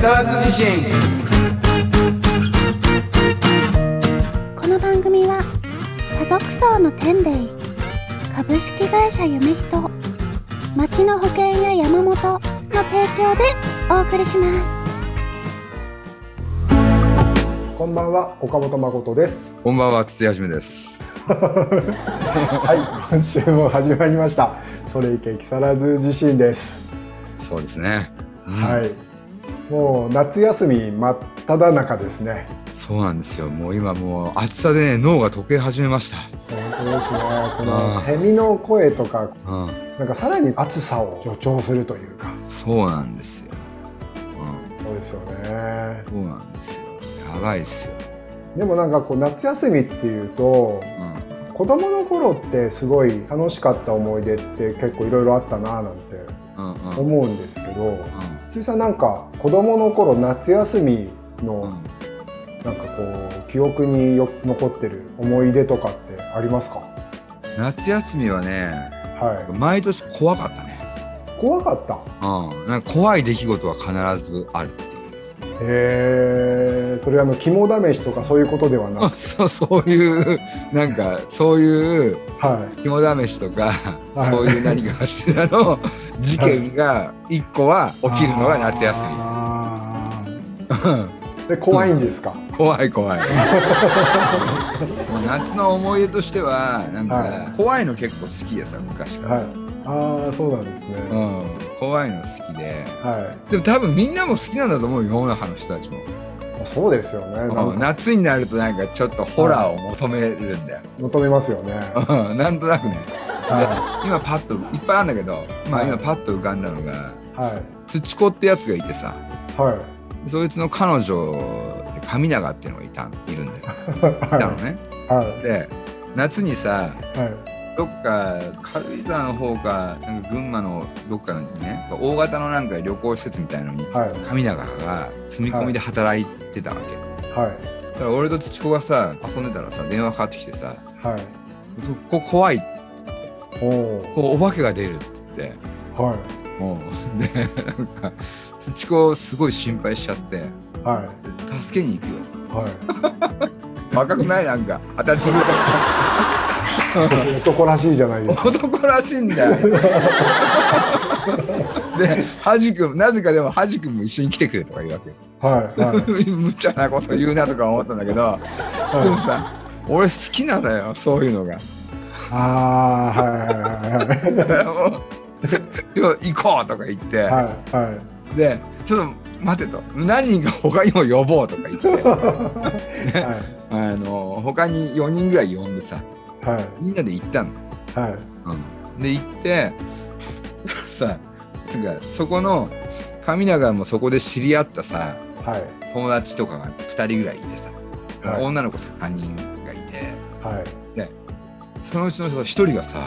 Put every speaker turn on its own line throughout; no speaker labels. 沢津地震
この番組は家族層の天霊株式会社夢人町の保険や山本の提供でお送りします
こんばんは、岡本誠です。
こんばんは筒井はじめです
はい、今週も始まりました。それいけ木更津地震です。
そうですね、うん
はい。もう夏休み真っ只中ですね。
そうなんですよもう今もう暑さでね脳が溶け始めました
本当ですね。こ
あ
の
ー
セミの声とか、
うん
なんかさらに暑さを助長するというか。
そうなんですよ、
そうですよ
うん、。
ね
そうなんですよやばいっすよ、
でもなんかこう夏休みっていうと、
うん、
子供の頃ってすごい楽しかった思い出って結構いろいろあったなぁなんて
うんうんうん
思うんですけど、筒井さんなんか子供の頃夏休み
う
の
ん
なんかこう記憶によ残ってる思い出とかってありますか
夏休みはね
は
毎年怖かったね、
い怖かった
うん、なんか怖い出来事は必ずあるっていう
へえそれあの肝試しとかそういうことではな
あ
く
そうそういうなんかそういう
はい
肝試しとか、
はい
そういう何かしら の事件が一個は起きるのが夏休
休
み うん
みで怖いんですか、
怖い 怖いもう夏の思い出としてはなん
は
か怖いの結構好きでさ昔から
は
さ、
いああそうなんですね、
うん、怖いの好きで
は
でも多分みんなも好きなんだと思うよ世の中の人たちも、
いそうですよねな
うんん
か
夏になるとなんかちょっとホラーを求めるんだよ、
求めますよね、
うんなんとなくね
は
今パッといっぱいあるんだけど、まあ、
はい
今パッと浮かんだのが
いはい
土子ってやつがいてさ
はい
そいつの彼女で神永っていうのがいたいるんだよ いたのね
はい
で夏にさ
はい
どっか軽井沢の方かなんか群馬のどっかにね大型のなんか旅行施設みたいのに
はい
神永が住み込みで働いてたわけ、
はい
だから俺と土子がさ遊んでたらさ電話かかってきてさ
はい
「土子怖い
おお
こうお化けが出る」って言って。
は
もうでなんか土子をすごい心配しちゃって
いは
助けに行くよ
いは
若くないなんか二十歳ぐら
い男らしいじゃないで
い
すか
男らしいんだ よでハジ君なぜかでもハジ君も一緒に来てくれとか言うわけよ、
はいはい
無茶なこと言うなとか思ったんだけど、でも
はい
さ俺好きなのよそういうのが
あーはいはいはいはい
もう要は行こうとか言って、
はいはい
でちょっと待てと何人か他にも呼ぼうとか言って
はい
あの他に4人ぐらい呼んでさ
はい
みんなで行ったの。
はい
で行ってさなんかそこの神永もそこで知り合ったさ
はい
友達とかが2人ぐらいいてさ、
はい
女の子3人がいて
はい
そのうちの1人がさ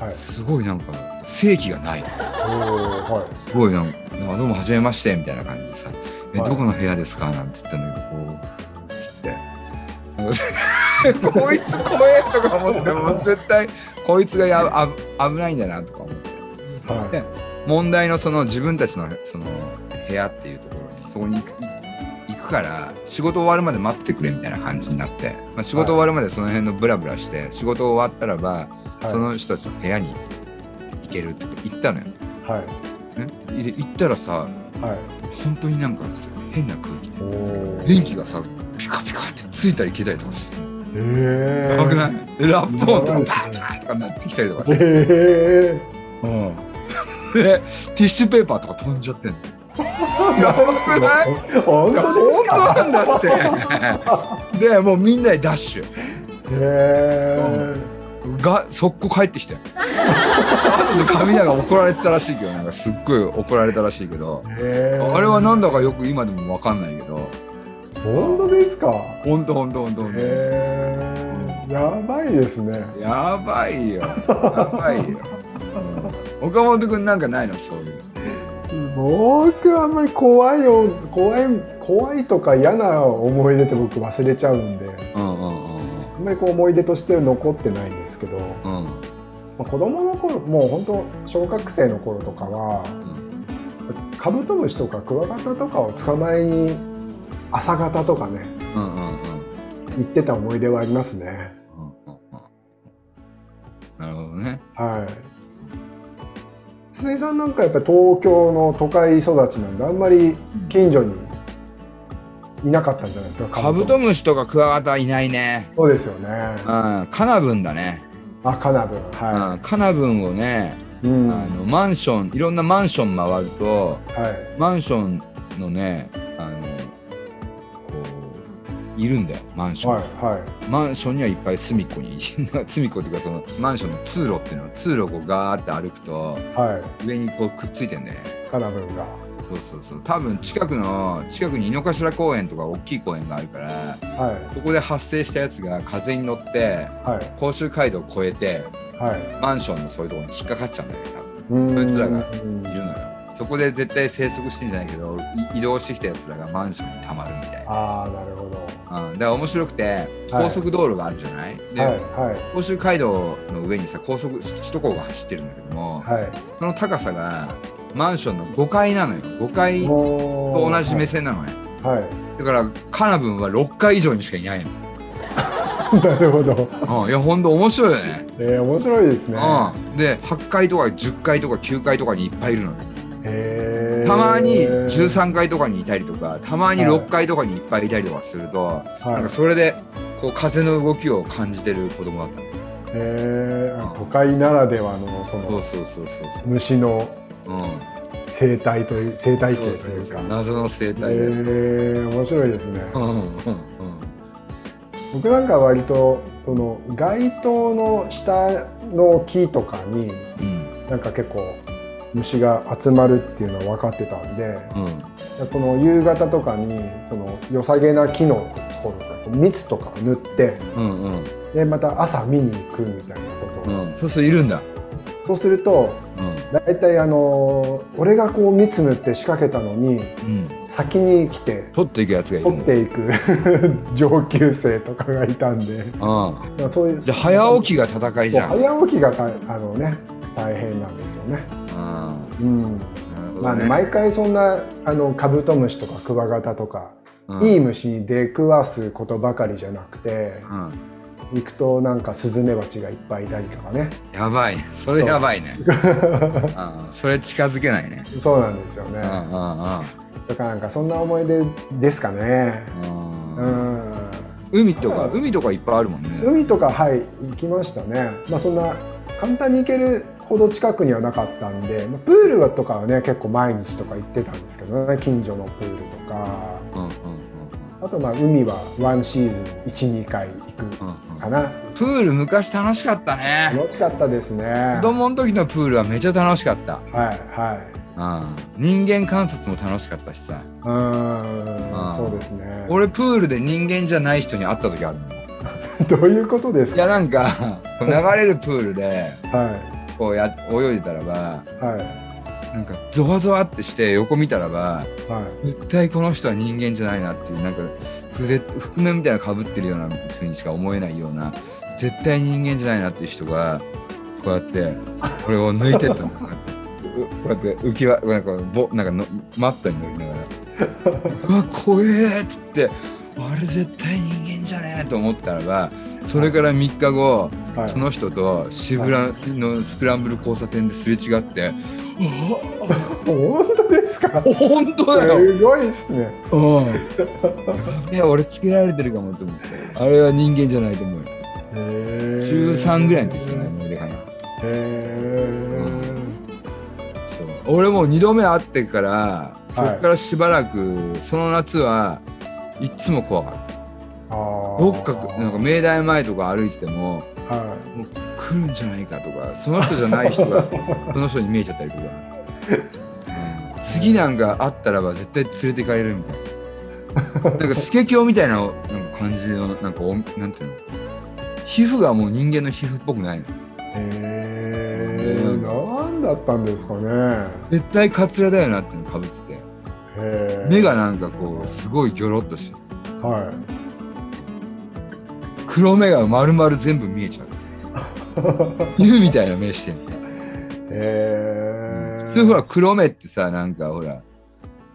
はい
すごいなんか正気がない
おーはい
すごいなんか「あどうもはじめまして」みたいな感じでさ「え
はい
どこの部屋ですか?」なんて言ったんだけどこう切って なんかこいつ怖えとか思ってもう絶対こいつがやあぶ危ないんだなとか思って
はい
で問題のその自分たちのその部屋っていうところにそこに行く行くから仕事終わるまで待ってくれみたいな感じになって、まあ、仕事終わるまでその辺のブラブラして仕事終わったらば
はい
その人たちの部屋に行けるって言ったのよ。ね、
はい
で行ったらさ
はい
本当になんかさ変な空気で
おお
電気がさピカピカってついたり消えたりとかして
え
やばくないでラップ音とか
やばい
バ
です
ーンバーンと
ね
かなってきたりとかして、
え
うん、でティッシュペーパーとか飛んじゃ ってんのやばくない
ー本
いや
当です
本当
か
なんだってでもうみんなでダッシュ
へ
が速攻帰ってきて後で神永怒られてたらしいけどなんかすっごい怒られたらしいけど
えへー
あれはなんだかよく今でも分かんないけど
本当ですか
ほんとほんとほんとほんと
へえやばいですね
やばいよ。やばいよ。岡本君なんかないのそういう。
僕はあんまり怖いよ怖い怖いとか嫌な思い出って僕忘れちゃうんで
うんうんうん
あんまりこう思い出として残ってないんですけど、ま
うん。うん
あ、子供の頃もう本当小学生の頃とかは
うん
カブトムシとかクワガタとかを捕まえに朝方とかね
うんうんうん
行ってた思い出はありますね
うんうんうんなるほどね
はい筒井さんなんかやっぱり東京の都会育ちなんであんまり近所にいなかったんじゃないですか
カブトムシとかクワガタはいないね
そうですよね
うんカナブンだね、
あカナブン
う
は
ん、カナブンをね、
い、うん
あのマンションいろんなマンション回ると
はい、
マンションのねあのこういるんだよマンション、
はいはい
マンションにはいっぱい隅っこに 隅っこっていうかそのマンションの通路っていうの通路をこうガーって歩くと
は
上にこうくっついてんだよね
い、カナブンが。
そうそうそう多分近くの近くに井の頭公園とか大きい公園があるから
は
そこで発生したやつが風に乗って
い、はい、
甲州街道を越えて
はい。
マンションのそういうところに引っかかっちゃうんだよね多分
そ
いつらが
うん
いるのよそこで絶対生息してんじゃないけどい移動してきたやつらがマンションにたまるみたいな、
ああ、なるほど。
うん、だから面白くて
はい
高速道路があるじゃない、で、
はい、は
甲州街道の上にさ高速首首都高が走ってるんだけども、
い、はい。
その高さがマンションの5階なのよ5階と
と
同じ目。線なのね、
はい、
だからカナブンは6階以上にしかいないの、
はい なるほど。
うん、いやほんと面白いよね
えー、面白いですね。
うん、で8階とか10階とか9階とかにいっぱいいるのね
へえ。
たまに13階とかにいたりとかたまに
はい
6階とかにいっぱいいたりとかすると、なん
は
か
い。
それでこう風の動きを感じてる子供だったの
へえ。都会ならではの、その
そうそうそうそう
虫の
そう、うん、
生態という、生態系
そう
と
そう
いう
そ
か
う。謎の生
え
態で、
ー、面白いですね。
うんうんうん
僕なんか割と、その街灯の下の木とかに。
うん
なんか結構虫が集まるっていうのは分かってたんで
うん
その夕方とかにその良さげな木のところとか蜜とか塗って
うんうん
でまた朝見に行くみたいなことを、
うんそうそういるんだ、
そうすると
うん
大体あのー俺がこう蜜塗って仕掛けたのに
うん、
先に来て
取っていくやつがいる
取
ん
っ
だ、
ていく 上級生とかがいたんで
うん、
まあそういう
で早起きが戦いじ
そう
ゃん、うん、
早起きがたあのね大変なんですよね。
な
う
る
ん
ほ
ま
ど
あね、
ね、
毎回そんなあのカブトムシとかクワガタとか、
うん
いい虫に出くわすことばかりじゃなくて
うん、
行くとなんかスズメバチがいっぱいいたりとかね
やばいねそれやばいね、うん、それ近づけないね
そうなんですよね、
うんうんうん
とかなんかそんな思い出ですかね、う
うん
ん、
海とか海とかいっぱいあるもんね。
海とかはい行きましたねまあそんな簡単に行けるほど近くにはなかったんで、まあプールとかはね結構毎日とか行ってたんですけどね近所のプールとか
うんうんうん
あとまあ海はワンシーズン12回行く
うん
かな、
プール昔楽しかったね。
楽しかったですね。
子
はい
供の時のプールはめちゃ楽しかった。
はい。
うん、人間観察も楽しかったしさ。
うー、
うんん
そうですね。
俺プールで人間じゃない人に会った時ある。
どういうことです
い
か。
やなん か流れるプールで
は
こうや泳いでたらば
いは
なんかゾワゾワってして横見たらば
いは
絶対この人は人間じゃないなっていうなんかふぜ覆面みたいなの被ってるようなふうにしか思えないような絶対人間じゃないなっていう人がこうやってこれを抜いてったの こうやって浮き輪なんかぼなんかのマットに乗りながら「うわ怖え!」っつってあれ絶対人間じゃねえと思ったらばそれから3日後
いはい。
その人と渋谷のスクランブル交差点ですれ違って「
本当ですか。
あ本当だよ!」
すごいですね。
いや俺つけられてるかもと思ってあれは人間じゃないと思うよ
中
13ぐらいの時じゃない思い出がない
へえ。
そう俺もう2度目会ってからそれからしばらくその夏はいっつも怖かった
ああ。
どっかなんか明大前とか歩いてても
は
来るんじゃないかとかその人じゃない人 がその人に見えちゃったりとか、うん次なんかあったらば絶対連れて帰れるみたいななんかスケキョみたいななんか感じのなんかおなんていうの皮膚がもう人間の皮膚っぽくないの
い。へえ。なんだったんですかね。
絶対カツラだよなっていうのかぶってて
へえ。
目がなんかこうすごいギョロッとして
は
黒目が丸々全部見えちゃう犬みたいな目してんの
い。へえ。
通ほら黒目ってさなんかほら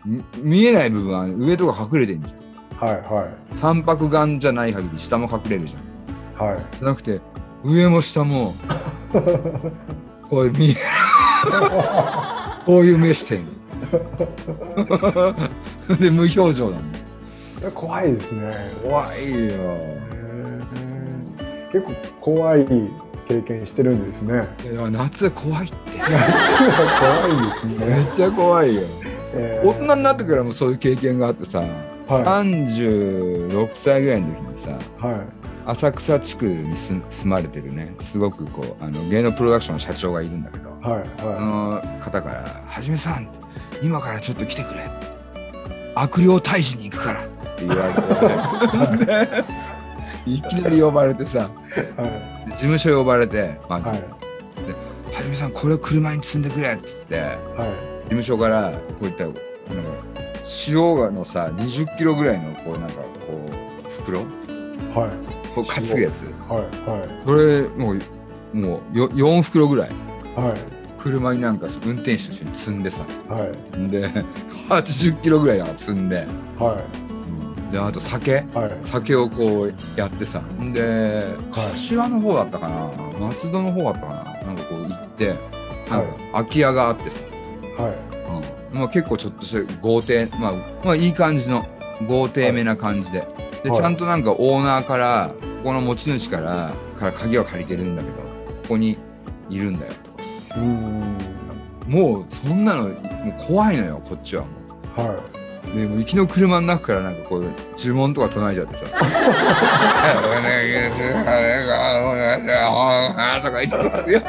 み見えない部分は上とか隠れてんじゃ
はいは
ん三白眼じゃない限り下も隠れるじゃん
いはい
じゃなくて上も下 もこう見えこういう目してんの で無表情なの
いや怖いですね
怖いよ
結構怖い経験してるんですね
いや夏は怖いって
夏は怖いです
め
ね
っちゃ怖いよ
えー
大人になってからもそういう経験があってさ、36歳ぐらいの時にさ
は
浅草地区に住住まれてるねすごくこうあの芸能プロダクションの社長がいるんだけど、
いはい
あ
は
の方から「はじめさん今からちょっと来てくれ悪霊退治に行くから」って言われて、 い、きなり呼ばれてさ
いは
事務所呼ばれて「ま
い
ず
は
はいじめさんこれを車に積んでくれ」っつって。
は
事務所からこういったなんか塩がのさ20キロぐらいのこうなんかこう袋こ
いはいう
担ぐやつ
はい
それもうもうよ4袋ぐらい
はい
車になんか運転手と一緒に積んでさ
はい
で80キロぐらいだから積んで、
は
であと酒
いはい
酒をこうやってさで柏の方だったかな松戸の方だったかななんかこう行ってなんか空き家があってさ
はい
うんまあ、結構ちょっとした豪邸、まあ、まあいい感じの豪邸めな感じで、で
はい
ちゃんとなんかオーナーからここの持ち主からから鍵は借りてるんだけどここにいるんだよ
うーん
もうそんなのもう怖いのよこっちはも
は
うでもう行きの車の中からなんかこう呪文とか唱えちゃって さ「お願いしますお願いしますとか言ってよ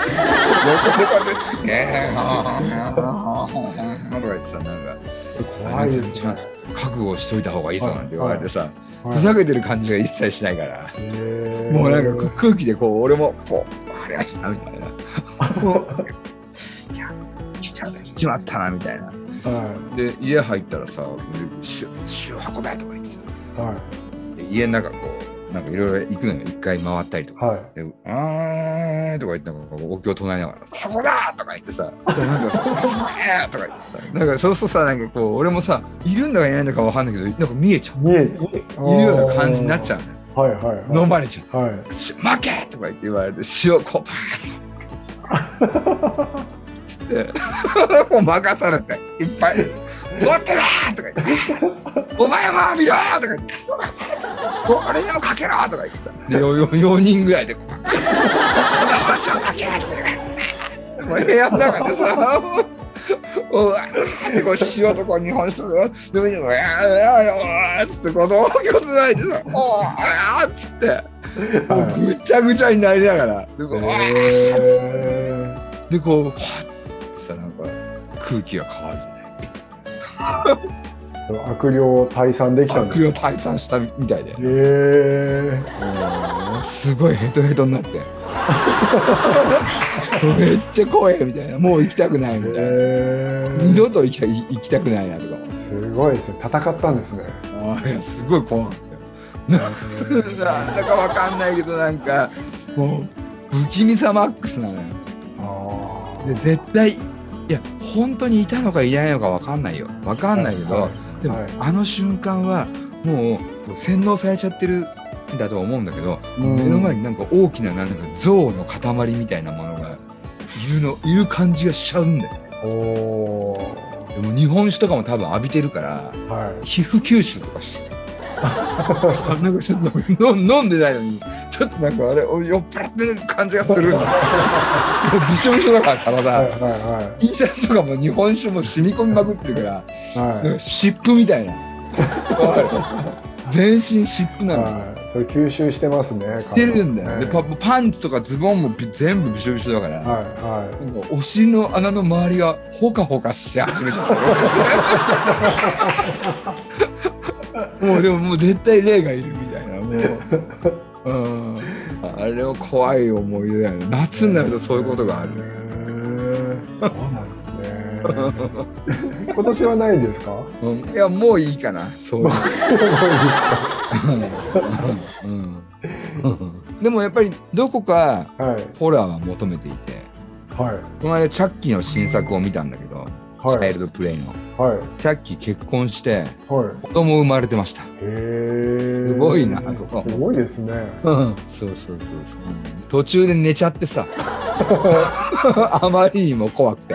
横でこうやって「とか言ってさなんか。
い怖いですね
覚悟しといた方がいいぞなんて言われてさ、
はい
ふざけてる感じが一切しないから、
へー
もうなんか空気でこう俺も「ポッわかりました」みた いな「もういや来ちゃったしまったな」みたいな
は
で家入ったらさ「シュシュ運べ」とか言ってさ
いは
で家の中こうなんかいろいろ行くのよ一回回ったりと
い
か。
は
で「あー」とか言ってなんかお経を唱えながら「そこだ!」とか言ってさ「なんかさそこだ!」とか言ってさなんかそうするとさなんかこう俺もさいるんだかいないんだかわかんないけどなんか見えちゃう
い見えい
いるような感じになっちゃうのよ
うはいはいはい
飲まれちゃ
は
うし「負け!」とか言って言われて塩こうパーンつって もう任されていっぱい「終わってな!」とか言って「お前も見ろ!」とか言って「もう俺にもかけろ!」とか言ってさで4人ぐらいでこう「どうしよう負け!」とか言ってもう部屋の中でさもうもうわーってこう塩とこう日本酒とかでもいいのやーやーやーっつってこの東京つないでさ「おーあー」っつって。
い
も
は
うぐちゃぐちゃになりながらでこう,、
いへ
でこうはっつってさなんか空気が変わるよね
ー悪霊を退散できたん
悪
です
霊退散したみたいで
へえ
すごいヘトヘトになって めっちゃ怖いみたいなもう行きたくないみたいな二度と行きたい行きたくないなとか
すごいですね戦った んですね
あーいやすごい怖かったよなんだかわかんないけどなんかもう不気味さマックスなのよ
あ
で絶対いや本当にいたのかいないのかわかんないよわかんないけど、
はい
でも、
はい
あの瞬間はもう洗脳されちゃってるんだと思うんだけど、
うん
目の前になんか大きななんか象の塊みたいなものがいるのいる感じがしちゃうんだよね
おお
でも日本酒とかも多分浴びてるから
はい
皮膚吸収とかしてたあなんかちょっと飲ん飲んでないのにちょっとなんかあれ俺酔っ払ってる感じがするん だもうびしょびしょだから体、
はいはいは
T シャツとかも日本酒も染み込みまくってるから
いはい
なんか湿布みたいな全身湿布なの
はいそれ吸収してますね
出るんだよでパ
はい
パンツとかズボンもび全部びしょびしょだから、
は
なんかお尻の穴の周りがほかほかし始めちゃった。もうでももう絶対霊がいるみたいなも う、うん、あれは怖い思い出だよね
い
夏になるとそういうことがある
へーそうな んですね今年はないですか
うん、いやもういいかなそういうの
は
うんうんでもやっぱりどこか
い。
ホラーは求めていて
はい
この間チャッキーの新作を見たんだけど、チ
は
ャイ
い
ルドプレイの
はい
チャッキー結婚して
は
子供生まれてました
いへえ
すごいなここ
すごいですね
うんそうそうそうそう途中で寝ちゃってさ あまりにも怖くて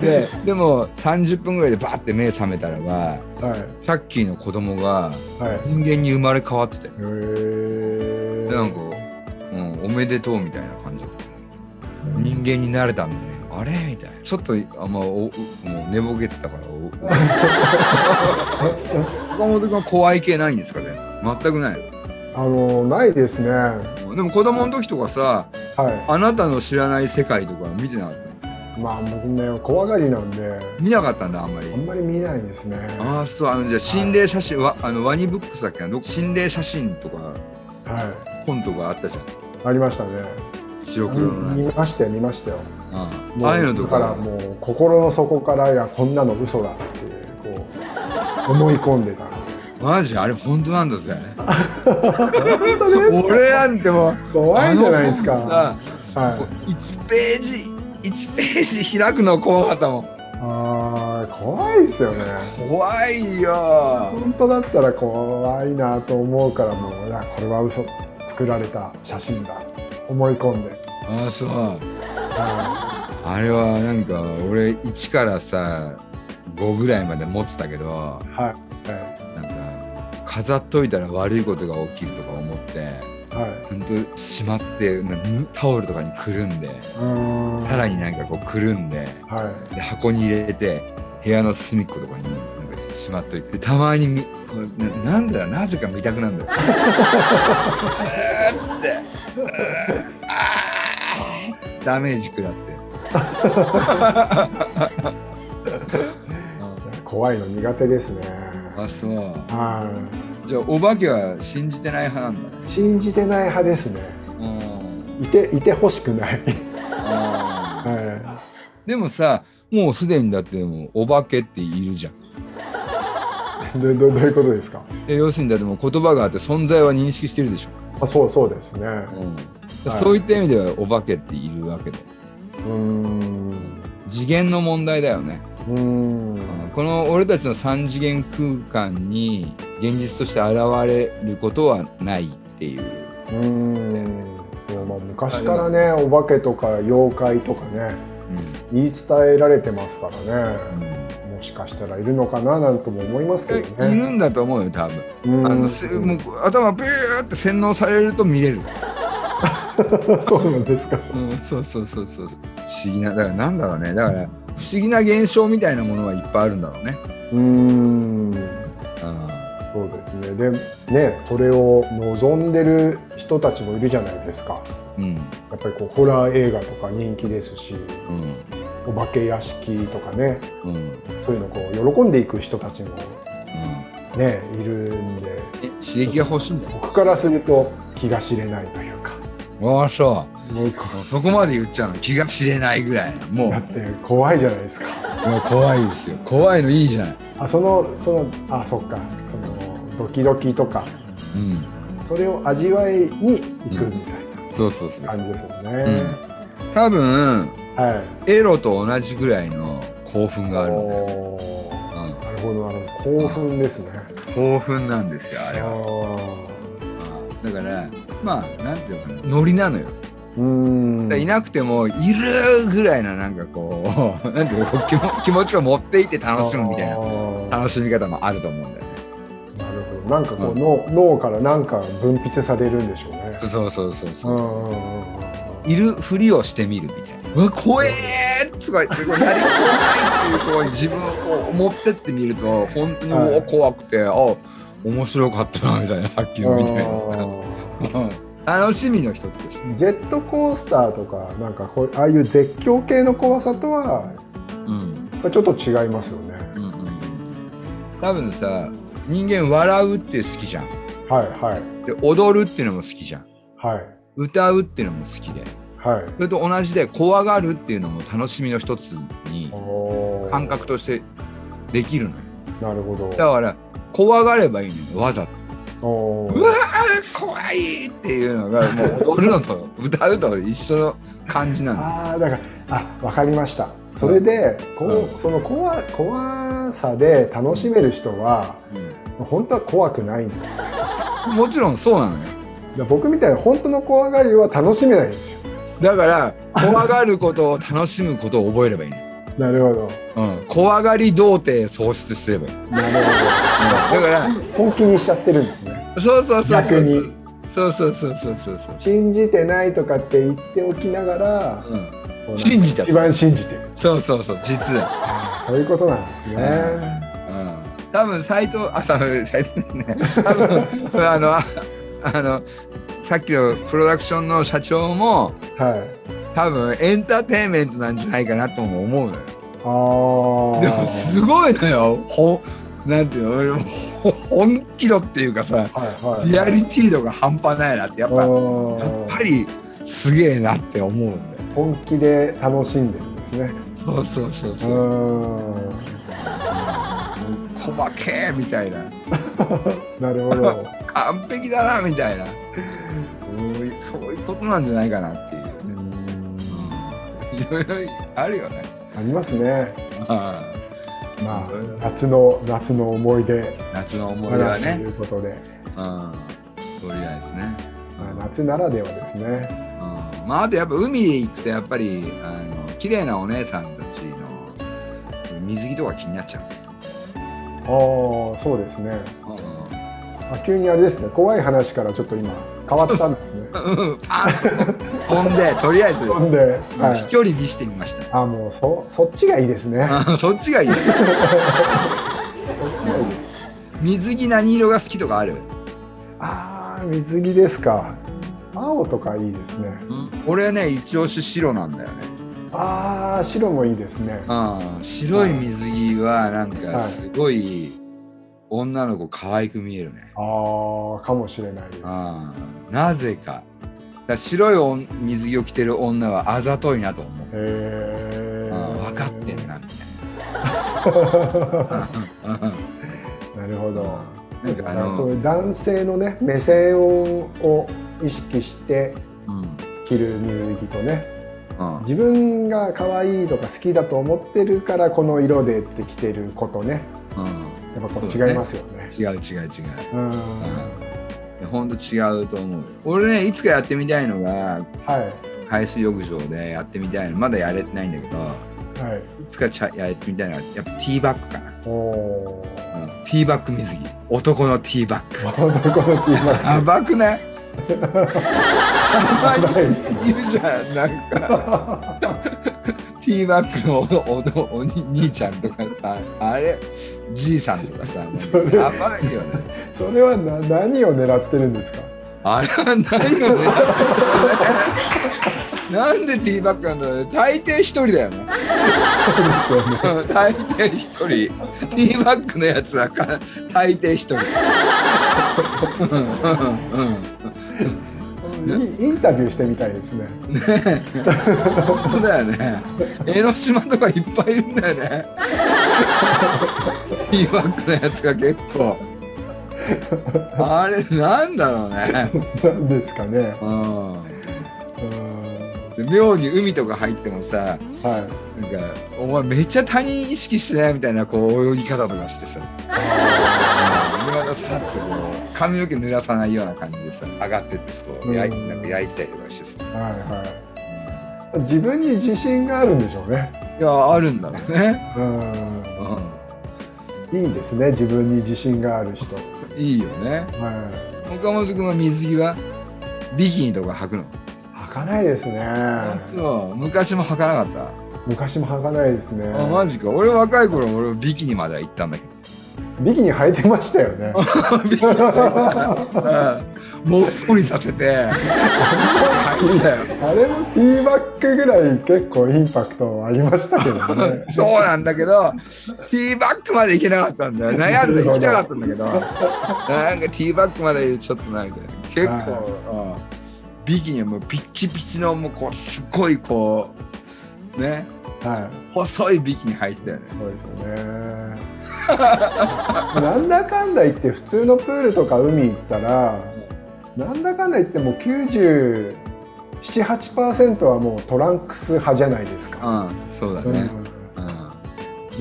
ででも30分ぐらいでバーって目覚めたらば
はい
チャッキーの子供が
はい
人間に生まれ変わってて
へえ
でなんか、うん、おめでとうみたいな感じで人間になれたんだねあれみたいなちょっとあまあおもう寝ぼけてたからお 岡本君は怖い系ないんですかね全くない
あのないですねは
でも子供の時とかさあなたの知らない世界とか見てなかった
いまあ僕ね怖がりなんで
見なかったんだあんまり
あんまり見ないですね
ああそうあのじゃあ心霊写真わあのワニブックスだっけなど心霊写真とか
は
本とかあったじゃん
いありましたね
白黒のなん
見
か
ましたよ見ましたよ
あ
も
あ
う
ああいうのと
だから
か
もう心の底からいやこんなの嘘だっていうこう思い込んでた
マジあれ本当なんだぜ俺なんてもう
怖いじゃないですか
あの
は
本
い
さ1ページ1ページ開くの怖かったもん
あー怖いですよね
怖いよ
本当だったら怖いなと思うからもういやこれは嘘作られた写真だ思い込んで
ああそう
は
あれはなんか俺1からさ5ぐらいまで持ってたけど
いはいは
なんか飾っといたら悪いことが起きるとか思って
いはい
ほんとしまってなぬタオルとかにくるんで
うーん
さらになんかこうくるんで
はい
で箱に入れて部屋の隅っことかになんかしまっといてでたまにみこうななんだなぜか見たくなるんだよ。うーっつってうーあーダメージ食らって。
怖いの苦手ですね
あそう
は
じゃあお化けは信じてない派なんだね
い信じてない派ですね
うん
いていてほしくない
あ
は
ーでもさもうすでにだってもうお化けっているじゃん
いどどどういうことですか
え要するにだってもう言葉があって存在は認識してるでしょ
あそうそうですねはい
そういった意味ではお化けっているわけで
うーんう
次元の問題だよね、
ーん
この俺たちの3次元空間に現実として現れることはないっていう
うーんでもまあ昔からねお化けとか妖怪とかね言い伝えられてますから
うん
ねもしかしたらいるのかななんとも思いますけど
い
ね
るんだと思うよ多分
うーん
あのせもう頭ビューって洗脳されると見れる、
そうなんですか
うん、そうそうそうそう不思議なだからなんだろうねだから不思議な現象みたいなものはいっぱいあるんだろうね、
うー
う
ん
ん
そうですね。で、ね、それを望んでる人たちもいるじゃないですか。
うん
やっぱりこうホラー映画とか人気ですし、
うん
お化け屋敷とかね、
うんうん
そういうのこう喜んでいく人たちもねいるんで、
え刺激が欲しいんだよ
僕からすると気が知れないというか。
ああそう
もうこ
もうそこまで言っちゃうの気が知れないぐらいもう
うだって怖いじゃないですか。
もう怖いですよ怖いのいいじゃない、
あ、そのそのあ、そっか。そのドキドキとか、
うん、
それを味わいに行くみたい
そうそうそ
な感じですよね。
うん、多分
はい。
エロと同じぐらいの興奮があるんだよ、
おー
うん、
なるほどなるほど興奮ですね。
興奮なんですよあ
あ
れは
ー
だからまあなんていうのかなノリなのよ
うーん。
いなくてもいるぐらいななんかこう なんていうのこう気も気持ちを持っていって楽しむみたいな
あーなる
楽しみ方もあると思うんだよね
ほど。なんかこう、
うん
脳脳からなんか分泌されるんでしょうね。
そうそうそう
う
そ
ん
う、
うんうんうん
いるふりをしてみるみたいな。うわ怖えーすごいすごいなり怖いっていうところに自分をこう持ってってみると本当に
はいう
わ怖くてあ面白かったなみたいなさっきのみたい
あ
な。楽しみの一つです。
ージェットコースターとかなんかこうああいう絶叫系の怖さとは
うん
まあちょっと違いますよね。
うんうん多分さ人間笑うって好きじゃん。
はいはい
で踊るっていうのも好きじゃん。
はい
歌うっていうのも好きで。
はい。
それと同じで怖がるっていうのも楽しみの一つに
おー
感覚としてできるのよ。
なるほど。
だから怖がればいいのよわざと。
おー
うわ怖いっていうのがも う踊るのと歌うと一緒の感じなの
ああだからあわかりましたそれで、こう
う
その怖怖さで楽しめる人は本当は怖くないんですよだか
うんもちろんそうなのよ
ら僕みたいな本当の怖がりは楽しめないんですよ
だから怖がることを楽しむことを覚えればいいの
なるほど
うん、怖がり童貞喪失してればいい、うん、だ
なる
か
ほど本気にしちゃってるんですね
らそうそうそうそう
逆に
そうそうそうそうそうそう
信じてないとかって言っておきながら
うん
こうなんか
信じた
一番信じてる
そうそうそう実は
あーそういうことなんですね、
うん多分斎藤あ多分斎藤ね多分それあのああのさっきのプロダクションの社長も
はい
多分エンターテインメントなんじゃないかなとも思うのよ
あー
でもすごいのよほんなんていうのほ本気度っていうかさ
はいはい
リアリティ度が半端ないなってやっぱやっ
おー
ぱりすげえなって思うんだよ
本気で楽しんでるんですね
そうそうそう
う
そう、
ーん
細けえみたいな
なるほ ど
完璧だなみたいなそういうそういうことなんじゃないかなっていう
うーん
いろいろあるよね。
ありますね
あ
まあ夏の夏の思い出
あ夏の思い出は
話とい
ね。
うことで、
うん。とりあえずね。
まあ、夏ならではですね
うん。まああとやっぱ海行くとやっぱりあの綺麗なお姉さんたちの水着とか気になっちゃう。
ああそうですね
う
あ急にあれですね怖い話からちょっと今変わったんです ね
ん。うん。パーンと飛んでとりあえず
なんで、は
飛
い、
距離にしてみました。
あもうそそっちがいいですね
あそっちがいい。
そっちがいいです
水着何色が好きとかある。
ああ水着ですか青とかいいですね
俺ね一押し白なんだよね。
ああ白もいいですね
うん白い水着はなんか
はい
すごい女の子可愛く見えるね。
ああかもしれないです
うんなぜか。だから白いおん水着を着てる女はあざといなと思う。
へえ
うん分かってんなみたいな。うん
なるほど。そう
なん
です
か
ね
あの
そういう男性のね目線をを意識して
うん
着る水着とね
うん
自分が可愛いとか好きだと思ってるからこの色でって着てることね
うん
やっぱこ
そうだ
う
ね
違いますよね。
違う違う違う。
うーんは
うんほんと違うと思う。俺ねいつかやってみたいのが
い
海水浴場でやってみたいのまだやれてないんだけど
はい。
いつかちゃやってみたいのはやっぱティーバッグかな。
おおー。
うんティーバッグ水着男のティーバッグ
男のティーバ
やばくないや
やばいっすね
いるじゃんなんかティーバッグのおおおおに兄ちゃんとかさあれじいさんとかさ
それ
やばいよね
グそれはな何を狙ってるんですか。
あれは何よねなんでティーバッグなんだろうね大抵一人だよね
そうですよ
う
ね。
ん大抵一人ティーバッグのやつはか大抵一人うんうんうん
いインタビューしてみたいですね。
本当だよね。江ノ島とかいっぱいいるんだよね。いいバックのやつが結構。あれなんだろうね。
なんですかね。
う
うー
ん。で妙に海とか入ってもさ、
んはい。
なんかお前めっちゃ他人意識してないみたいなこう泳ぎ方とかしてさ。今のさってこう髪の毛濡らさないような感じでさ上がってってこう焼い
うん
なんか焼いてたりとかしてさ。
はいはい。自分に自信があるんでしょうね。
いやあるんだろうね。
うん
うん。
いいですね。自分に自信がある人。
いいよね。
は
岡本君は水着はビキニとか履くの、
い。履かないですね。
そう昔も履かなかっ
昔も履かないですね
た、。あマジか俺若い頃俺ビキニまでは行ったんだ け
ビキニ履いてましたよ ね。
どビキニうんもっこりさせて 履いてたよ。
あれもティーバックぐらい結構インパクトありましたけどね
そうなんだけどティーバッグまで行けなかったんだよ悩んで行きたかったんだけどなんかティーバッグまでちょっとなんか結構、うんビキニはもうピッチピチのもうこうすごいこうね
はい。
細いビキニ履いてたよね
そうですよね。なんだかんだ言って普通のプールとか海行ったらなんだかんだ言っても97、8%はもうトランクス派じゃないですか。
うん、そうだ
うん
ね。うん。
も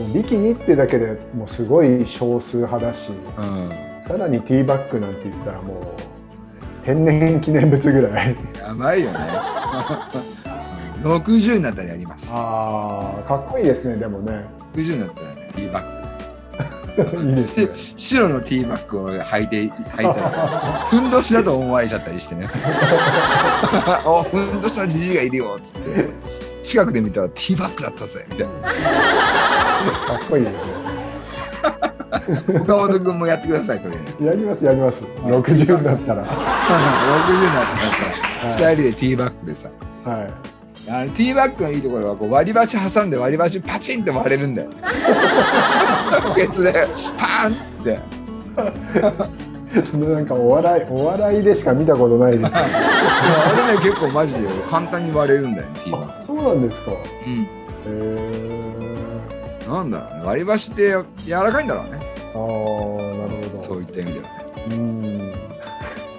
うビキニってだけでもうすごい少数派だし、
うん。
さらにティーバッグなんて言ったらもう天然記念物ぐらい。
やばいよね。60になったらやります。
ああ、かっこいいですね。でもね、
60になったらね、ティーバッグ。
いいですね。
白のティーバッグを履いて、履いたら、ふんどしだと思われちゃったりしてね。 お、ふんどしのじじいがいるよ、つって。近くで見たらティーバッグだったぜ、みたいな。
かっこいいですね。
岡本君もやってください、これ。
やりますやります。60になったら、は
60になったらさ、
は
2人でティーバッグでさ。
い。
あのティーバッグのいいところはこう割り箸挟んで割り箸パチンって割れるんだよ。ケツでパーンって。
なんかお笑いお笑いでしか見たことないです。
あれね結構マジで簡単に割れるんだよねティーバッ
あそうなんですか。へ
グ。
えー。
うん。なんだろうね割り箸って柔らかいんだろうね。
ああ、なるほど。
そういった意味ではね。
うん。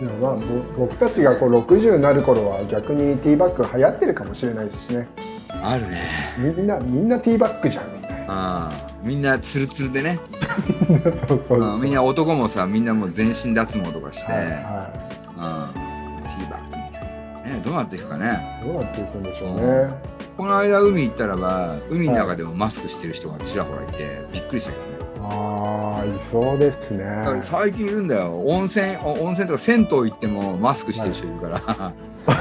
でもまあぼ僕たちがこう60になる頃は逆にティーバッグ流行ってるかもしれないですしね。
あるね。
みんなみんなティーバッグじゃんみ たい
ああみんなツルツルでね。
な。そうそう
う
そ
ん
う。
みんな男もさみんなもう全身脱毛とかして。
はいは
うん。ティーバッグ。ねどうなっていくかね。
い。どうなっていくんでしょうね。
この間海行ったらば海の中でもマスクしてる人がちらほらいてびっくりしたけどね。
ああいそうですね。
だから最近いるんだよ温泉お温泉とか銭湯行ってもマスクしてる人いるから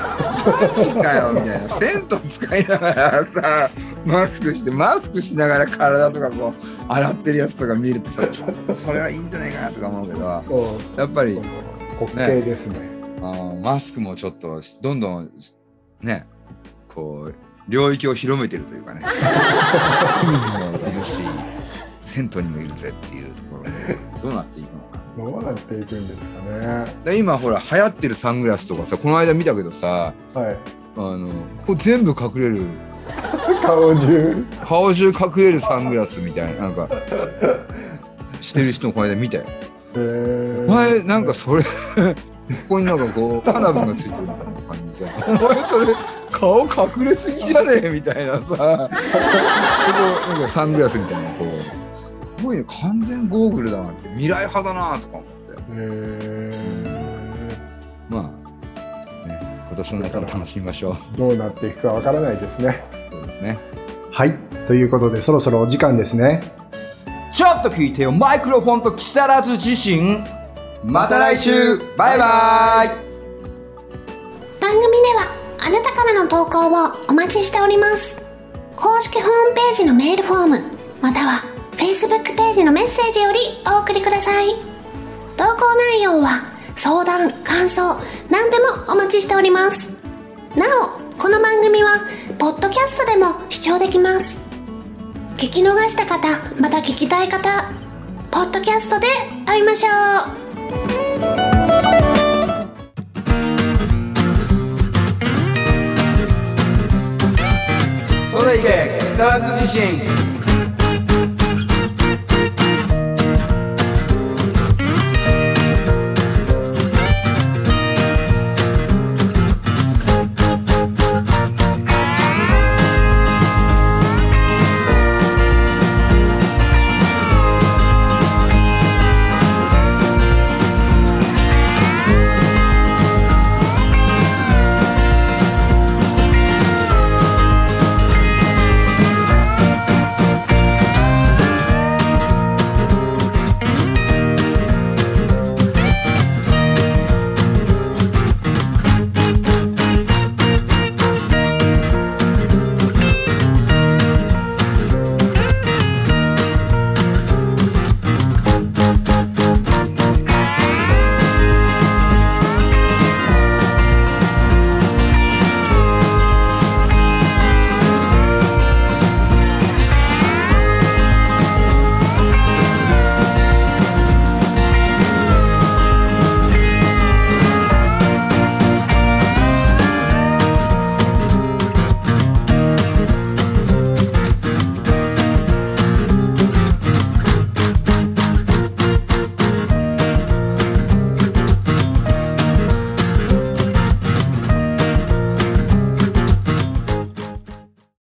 何かよみたいな銭湯使いながらさマスクしてマスクしながら体とかこう洗ってるやつとか見るとさちょっとそれはいいんじゃないかなとか思うけどや
そう
っぱり
滑稽ですね。
あのマスクもちょっとどんどんねこう領域を広めてるというかね海にもいるし銭湯にもいるぜっていうところでどうなっていくのか。
どうなっていくんですかね。
で今ほら流行ってるサングラスとかさこの間見たけどさ
はい。
あのここ全部隠れる
顔中。
顔中隠れるサングラスみたいななんかしてる人もこの間見たよ
えー
前なんかそれここになんかこう花火がついてるみたいな感じでさお前それ顔隠れすぎじゃねえみたいなさここなんかサングラスみたいなこうすごいね完全ゴーグルだなって未来派だなとか思って
えー
まあね今年の夏は楽しみましょう。
どうなっていくかわからないですね。
そうですね。
はい。ということで、そろそろお時間ですね。
ちょっと聞いてよマイクロフォンと木更津自身また来週バイバイ
番組ではあなたからの投稿をお待ちしております公式ホームページのメールフォームまたは Facebook ページのメッセージよりお送りください投稿内容は相談感想何でもお待ちしておりますなおこの番組はポッドキャストでも視聴できます聞き逃した方また聞きたい方ポッドキャストで会いましょう
それいけ木更津自身